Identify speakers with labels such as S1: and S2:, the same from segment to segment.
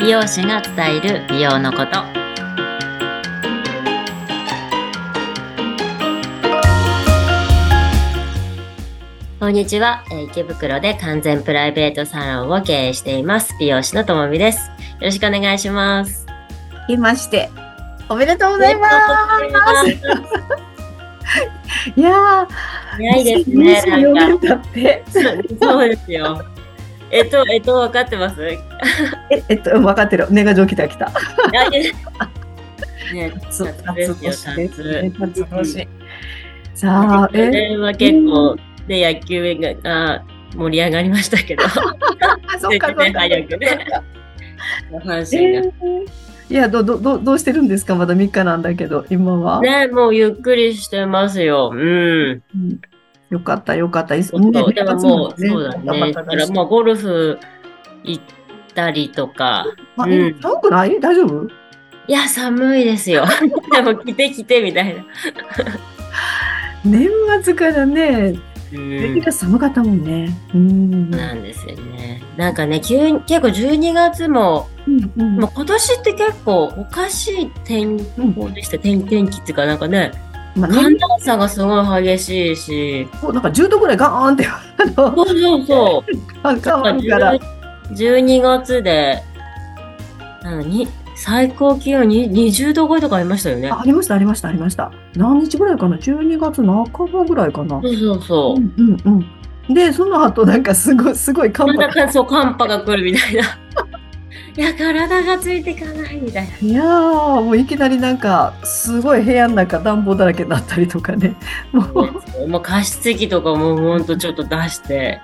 S1: 美容師が伝える美容のことこんにちは、えー池袋で完全プライベートサロンを経営しています美容師のともみですよろしくお願いします
S2: 来ましておめでとうございますいやー
S1: 早いですね
S2: 24
S1: なんか
S2: 年だって
S1: そうですよえっとえっと分かって ます
S2: ええっと分かってる年賀状来た来た
S1: 来年 ね、
S2: そう
S1: 夏ですよ
S2: ですね夏越し
S1: 夏
S2: さあえ
S1: 年は結構ね、野球が盛り上がりましたけど、 阪
S2: あそっかそっか
S1: ね早くね
S2: そっか
S1: 神が
S2: え。ーいやどどどどうしてるんですかまだ3日なんだけど今は、
S1: ね、もうゆっくりしてますよ。うん。
S2: うんよかったよかったい
S1: そうそう
S2: ね
S1: でももう、そうだね。だからもうゴルフ行ったりとか。
S2: あ
S1: う
S2: え
S1: ん
S2: 寒くない大丈夫
S1: いや、寒いです よ。でも来て来てみたいな。
S2: 年末からね、
S1: う
S2: レギュ
S1: ん
S2: ラー寒かったもんね。うん。
S1: なんですよね。なんかね、急に結構12月も、
S2: うんうん
S1: もう今年って結構おかしい天
S2: うん
S1: 候でした。天天気っていうか、なんかね、
S2: まあね
S1: 寒暖差がすごい激しいし、
S2: こうなんか10度ぐらいガーンってあの
S1: そうそうそう。
S2: 変わるから。
S1: 12月で、あのに最高気温に20度超えとかありましたよね。
S2: あありましたありましたありました。何日ぐらいかな？12月半ばぐらいかな。
S1: そうそうそうう。
S2: んうんうん。でその後なんかすごいすごい寒
S1: なん
S2: 波
S1: だ。かそう寒波が来るみたいな。 いや、体がついていかないみた いな。
S2: いやーもういきなりなんかすごい部屋の中暖房だらけになったりとかね。もう
S1: もう加湿器とかもほんとちょっと出して。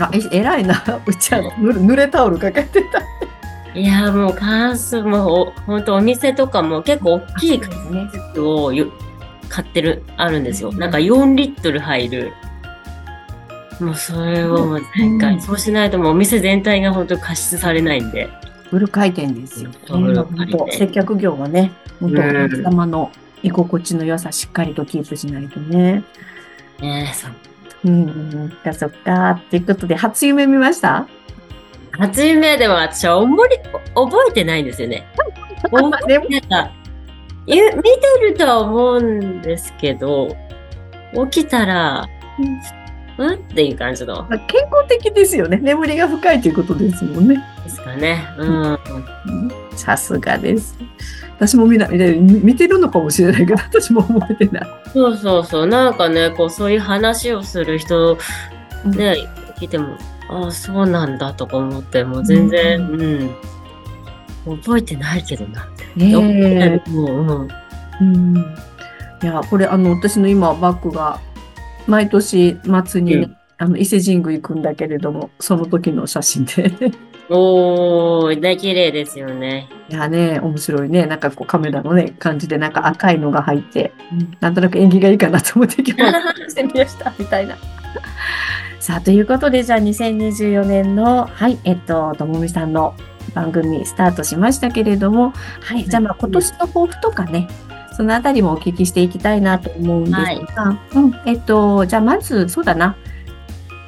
S2: あえ偉いな。うちはぬれ濡れタオル抱えてた。
S1: いや、もう乾燥、もうほんとお店とかも結構大きい加湿器をよ買ってる、あるんですよ。なんか4リットル入る。もうそれをもう全
S2: う
S1: 開。
S2: ん
S1: そうしないともうお店全体が本当加湿されないんで。
S2: フル回転ですよ、ね。
S1: フル回転
S2: 本当接客業はね、本当お
S1: うん
S2: 客様の居心地の良さしっかりとキープしないとね。
S1: ねえ、そう。
S2: うんうん、そっかそっか。っていうことで、初夢見ました
S1: 初夢でも私はあんまり覚えてないんですよね。覚え
S2: でも
S1: なんか、ゆ見てるとは思うんですけど、起きたら、うんっていう感じの
S2: まあ健康的ですよね。眠りが深いということですもんね。
S1: ですかね。うん。
S2: うんさすがです。私も見ないでみ見てるのかもしれないけど、私も覚えてない。
S1: そうそうそう。なんかね、こう、そういう話をする人、ね、聞いても、ああ、そうなんだとか思って、もう全然、うん。覚えてないけどな。
S2: ね
S1: 覚えてない
S2: え。
S1: もう、うん。
S2: うん、いや、これ、あの、私の今、バッグが、毎年末にね、
S1: う
S2: あの伊勢神宮行くんだけれども、その時の写真で。
S1: おー、ね、綺麗ですよね。
S2: いやね、面白いね。なんかこうカメラのね、感じで、なんか赤いのが入って、なんとなく縁起がいいかなと思って今日してみました、みたいな。 さあ、ということで、じゃあ2024年の、はい、えっと、ともみさんの番組スタートしましたけれども、はい、じゃあまあ今年の抱負とかね、そのあたりもお聞きしていきたいなと思うんですが、
S1: はい
S2: うん、えっと、じゃあまず、そうだな、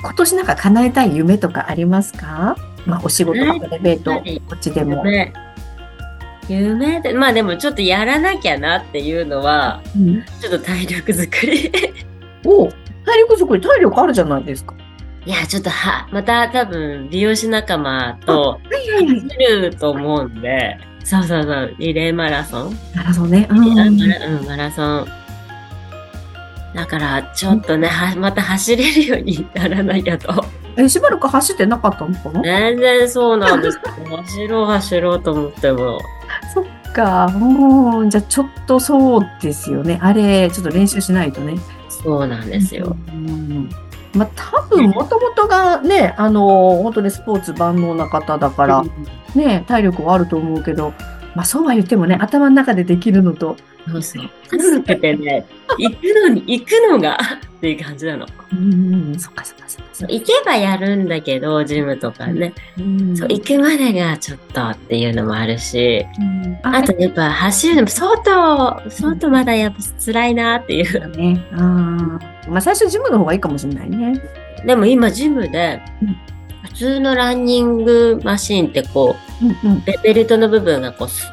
S2: 今年なんか叶えたい夢とかありますかまあ、お仕事、
S1: はい
S2: プライベート、
S1: はい
S2: こっちでも。
S1: 夢夢でまあでもちょっとやらなきゃなっていうのは
S2: うん
S1: ちょっと体力づくり
S2: お体力作り体力あるじゃないですか。
S1: いやちょっとはまた多分美容師仲間 と
S2: はいは
S1: 走。ると思うんでそうそうそうリレーマラソン、
S2: なるほどね。う
S1: リレーマ
S2: ん。
S1: ラうん、マラソンだからちょっとねは また走れるようにならなきゃ と
S2: え、しばらく走ってなかったのかな。
S1: 全然そうなんです走ろう走ろうと思っても
S2: そっか。うん。じゃあちょっとそうですよね。あれちょっと練習しないとね。
S1: そうなんですよ、
S2: うん。まあ多分もともとがね、あの本当にスポーツ万能な方だからね、体力はあると思うけど。まあそうは言ってもね、頭の中でできるのと、
S1: そうそう。続けて ね、行くのに、行くのが っていう感じなの。
S2: うん、そっかそっかそっかそっか。
S1: 行けばやるんだけど、ジムとかね。
S2: うん
S1: そう、行くまでがちょっとっていうのもあるし、
S2: うんあ
S1: あとやっぱ走るのも、相当、相当まだやっぱ辛いなっていう。
S2: ね。ああ。まあ最初ジムの方がいいかもしれないね。
S1: でも今ジムで
S2: うん、
S1: 普通のランニングマシンってこ
S2: うんうん
S1: う、ベベルトの部分がこうす、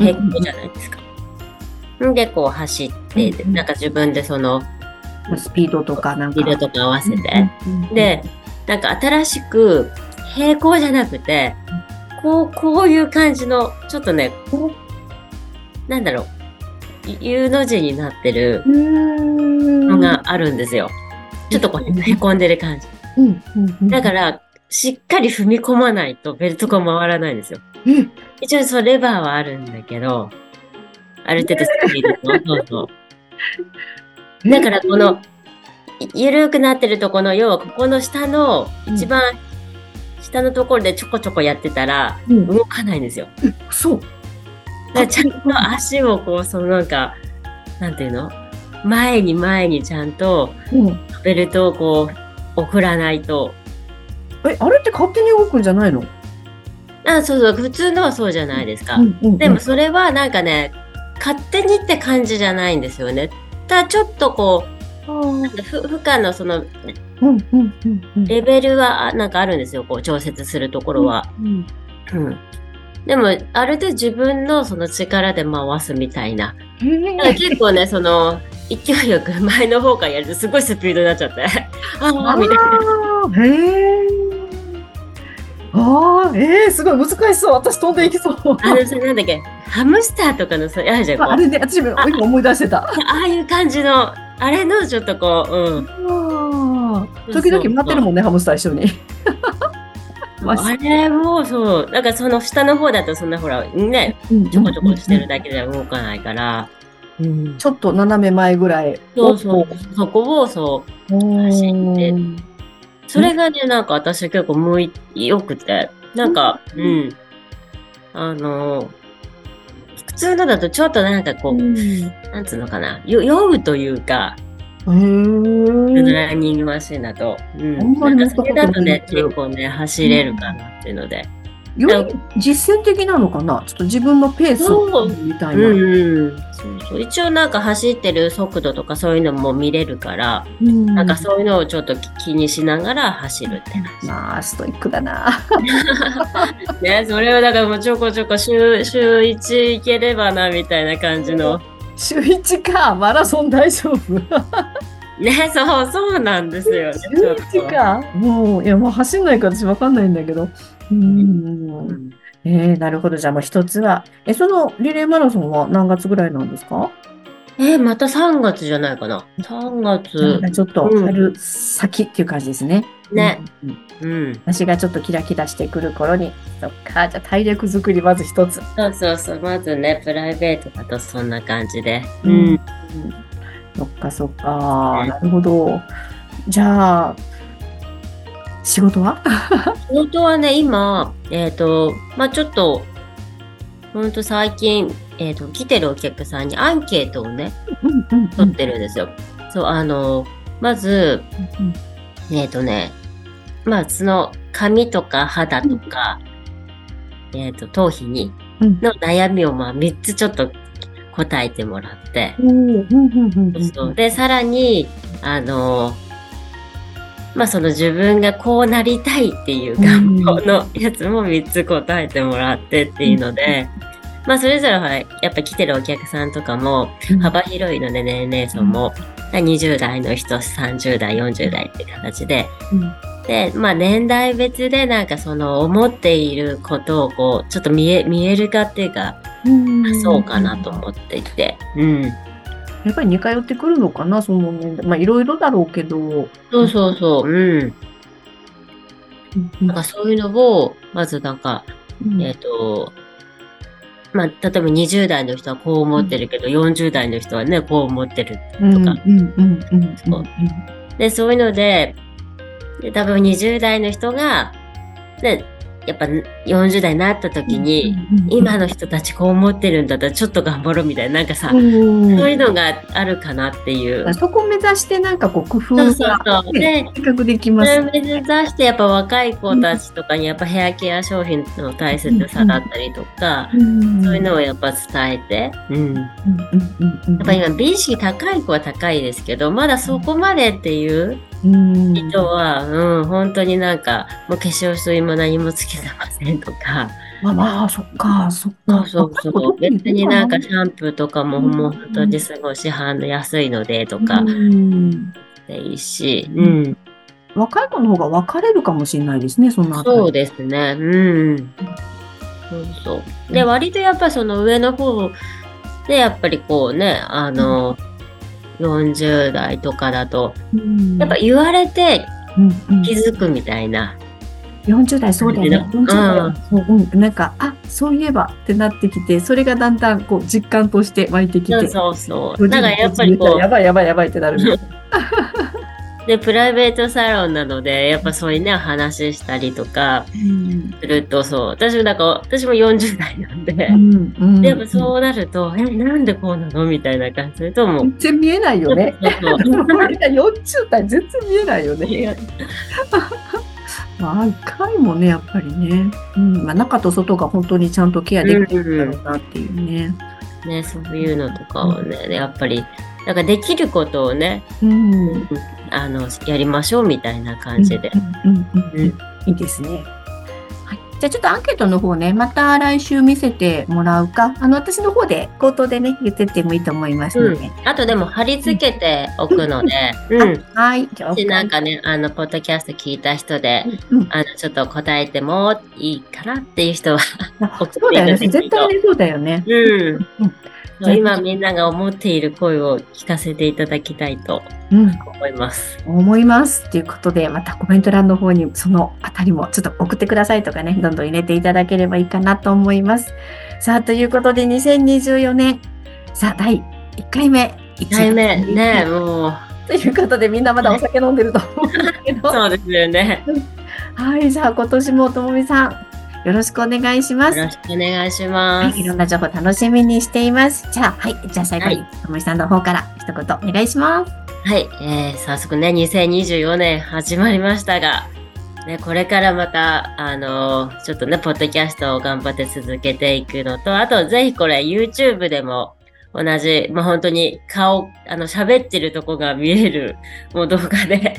S2: うんう
S1: 平
S2: ん
S1: 行じゃないですか。んで、こう走って、
S2: うんうん
S1: なんか自分でその、
S2: まあスピードとかなんか。
S1: ビルとか合わせて、
S2: うんうんうん
S1: で、なんか新しく平行じゃなくて、こう、こういう感じの、ちょっとね、こう、なんだろう、U の字になってる
S2: うーん
S1: のがあるんですよ。ちょっとこ
S2: うん
S1: う、へこんでる感じ。
S2: うんうんうん
S1: だから、しっかり踏み込まないとベルトが回らないんですよ。
S2: うん
S1: 一応そう、レバーはあるんだけど、ある程度スピードと、そうそう。だからこの、いゆるくなってるとこの、要はここの下の、一番下のところでちょこちょこやってたら、
S2: うん
S1: 動かないんですよ。
S2: そう
S1: だからちゃんと足をこう、そのなんか、なんていうの前に前にちゃんと
S2: うん
S1: ベルトをこう、送らないと。
S2: えあれって勝手に動くんじゃないの
S1: あ、そうそう、普通のはそうじゃないですか。
S2: うんうんうん
S1: でもそれはなんかね、勝手にって感じじゃないんですよね。ただちょっとこう、なんかふ負荷のその
S2: うんうんうんうん
S1: レベルはあなんかあるんですよ、こう調節するところは。
S2: うん
S1: うんでも、ある程度自分のその力で回すみたいな。
S2: へ
S1: だから
S2: ー
S1: 結構ね、その、勢いよく 前の方からやるとすごいスピードになっちゃって。ああ、みたいな。
S2: あーへーあーえー、すごい難しそう私飛んでいきそう
S1: あのさ、なんだっけ、ハムスターとかのさ、あるじゃん、こう。
S2: あ
S1: あ
S2: れね私今今思い出してた
S1: あいう感じの、あれのちょっとこう、うん。
S2: あー
S1: そう
S2: 時々待ってるもんねハムスター一緒に マジ
S1: あれもそう、なんかその下の方だとそんなほら、ね、ちょこちょこしてるだけでは動かないから、うん、
S2: ちょっと斜め前ぐらい
S1: そうそう、そこをそう、走って
S2: うん
S1: それがね、なんか私結構向い、よくて、なんか、
S2: う
S1: うんん、あの、普通のだとちょっとなんかこう、
S2: うん
S1: なんつうのかな、よ酔うというか、
S2: へー
S1: ランニングマシンだと、うん、
S2: あんまり
S1: なんかそれだとね、
S2: 乗ったこ
S1: 結構
S2: とないけど
S1: ね、走れるかなっていうので、
S2: より実践的なのかなちょっと自分のペース
S1: そう
S2: みたいな。
S1: うんうん、そうそう一応なんか走ってる速度とかそういうのも見れるから、
S2: な
S1: なんかそういうのをちょっと気気にしながら走るって感じ。
S2: まあストイックだな。
S1: ね、それをだからもうちょこちょこ週週1行ければなみたいな感じの。
S2: 週一かマラソン大丈夫。
S1: ね、そうそうなんですよ、ね。ちょっと
S2: 週一か。もういやもう走んないから私わかんないんだけど。うん。
S1: うん
S2: えー、なるほどじゃあもう一つはえそのリレーマラソンは何月ぐらいなんですか？
S1: え、また3月じゃないかな。3
S2: な
S1: 月
S2: んか。ちょっと
S1: うん
S2: 春先っていう感じですね。
S1: ね。
S2: うん。うん
S1: うん。
S2: 私がちょっとキラキラしてくる頃に、そっか、じゃあ体力作りまず一つ。
S1: そうそうそう。まずね、プライベートだとそんな感じで。
S2: う
S1: うんん。
S2: そっかそっか、
S1: ね
S2: なるほど。じゃあ、仕事は
S1: 仕事はね、今、えっ、と、まあちょっと、ほんと最近、えっ、と、来てるお客さんにアンケートをね、
S2: うんうん
S1: 取ってるんですよ。そう、あの、まず、えっ、とね、まあその、髪とか肌とか、えっ、と、頭皮に、
S2: うん
S1: の悩みを、まあ3つちょっと答えてもらって、
S2: うんうんうんうんうん
S1: そうで、さらに、あの、まあ、その自分がこうなりたいっていう願望のやつも3つ答えてもらってっていうので、まあ、それぞれほら、やっぱ来てるお客さんとかも
S2: うん
S1: 幅広いので年齢層も、20代の人、30代、40代って形で、
S2: うん
S1: で、まあ、年代別でなんかその思っていることをこう、ちょっと見え、見える化っていうか、
S2: うん
S1: そうかなと思っていて、うん。
S2: やっぱり似通ってくるのかなその年代まあいろいろだろうけど、うん
S1: そうそうそう、うん。
S2: うん
S1: なんかそういうのを、まずなんか、
S2: うん
S1: えっ、と、まあ、例えば20代の人はこう思ってるけど、40代の人はね、こう思ってる。
S2: うん
S1: か
S2: うんうんうんうん
S1: そうで、そういうので、で多分20代の人が、ね、やっぱ40代になった時に、今の人たちこう思ってるんだったらちょっと頑張ろうみたいな、なんかさ、
S2: うん
S1: そういうのがあるかなっていう。
S2: そこを目指してなんかこう工夫
S1: そうそう
S2: が
S1: そう。
S2: ね
S1: で、
S2: 計画でき
S1: そ
S2: ます
S1: れ
S2: よ
S1: を目指してやっぱ若い子たちとかにやっぱヘアケア商品の大切さだったりとか、
S2: そ
S1: そういうのをやっぱ伝えて、うん、や
S2: うんうんうんうん、や
S1: っぱ今美意識高い子は高いですけどまだそこまでっていう人は、うん、本当になんかもう化粧水も何もつけてませんとか
S2: まあまあ、そっか、そっ
S1: そ
S2: か。
S1: うそうそう別になんかシャンプーとかも
S2: うん
S1: もう本当にすごい市販の安いのでとか
S2: うん
S1: でいいし、うん、
S2: 若い子の方が分かれるかもしれないですね、その後。
S1: そうですね。うん。そうそう。で、
S2: うん
S1: 割とやっぱその上の方で、やっぱりこうね、あの、40代とかだと、
S2: うん
S1: やっぱ言われて
S2: うんうん
S1: 気づくみたいな。
S2: 40代そうだよね。
S1: うん
S2: 40代そううんなんか、あそういえばってなってきて、それがだんだんこう実感として湧いてき
S1: そう
S2: て。
S1: そうそう。
S2: 50
S1: なんかやっぱりこ
S2: やばいやばいやばいってなる。
S1: う、で、プライベートサロンなので、やっぱそういうね、話したりとか
S2: うん
S1: すると、そう、私もなんか、私も40代なんで
S2: う、んうん
S1: でもそうなると、え、なんでこうなのみたいな感じすると、もう、
S2: 全然見えないよね。
S1: そうそう
S2: 40代全然見えないよね。 まあ、1回もね、やっぱりね、うんまあ、中と外が本当にちゃんとケア できてるんだろうなっていうね。
S1: ね、そういうのとかをね、やっぱり、なんかできることをね、
S2: うん
S1: あの、やりましょうみたいな感じで。。
S2: うんうんうんうん
S1: うん
S2: いいですね。はい、じゃあちょっとアンケートの方ね、また来週見せてもらうか、あの私の方で口頭でね、言ってってもいいと思いますので。
S1: あとでも貼り付けておくので、うん。
S2: はい、じゃあ、
S1: で、なんかね、あの、ポッドキャスト聞いた人で、
S2: うんうん
S1: あの、ちょっと答えてもいいかなっていう人は、送っていただいて
S2: そうだよね、絶対ね、そうだよね。
S1: うん
S2: うん。
S1: そう今みんなが思っている声を聞かせていただきたいと
S2: うん
S1: 思います。
S2: 思いますということでまたコメント欄の方にそのあたりもちょっと送ってくださいとかねどんどん入れていただければいいかなと思いますさあということで2024年さあ第1回目1
S1: 1回目、ね、もう、
S2: ということでみんなまだお酒飲んでると思うんだけど
S1: そうですよね。
S2: はいじゃあ今年もともみさんよろしくお願いしま
S1: よ
S2: す
S1: ろしくお願いしま
S2: はい、い
S1: す。
S2: ろんな情報楽しみにしていますじゃあはいじゃあ最後に
S1: は
S2: ともみさんの方から一言お願いします
S1: はい、えー早速ね、2024年始まりましたが、ね、これからまた、あのーちょっとね、ポッドキャストを頑張って続けていくのと、あと、ぜひこれ、YouTube でも、同じ、まあ、本当に顔、あの、喋ってるとこが見える、もう動画で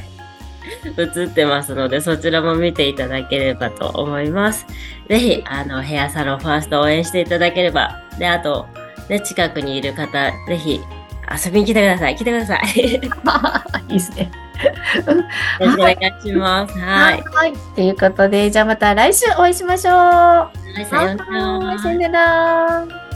S1: 映ってますので、そちらも見ていただければと思います。ぜひ、あの、ヘアサロンファースト応援していただければ、で、あと、ね、近くにいる方、ぜひ、遊びに来てください。来てください。
S2: いいですね
S1: よろしくお願いします。はい。
S2: はい。ということで、じゃあまた来週お会いしましょう。
S1: さようなら
S2: はいさようなら。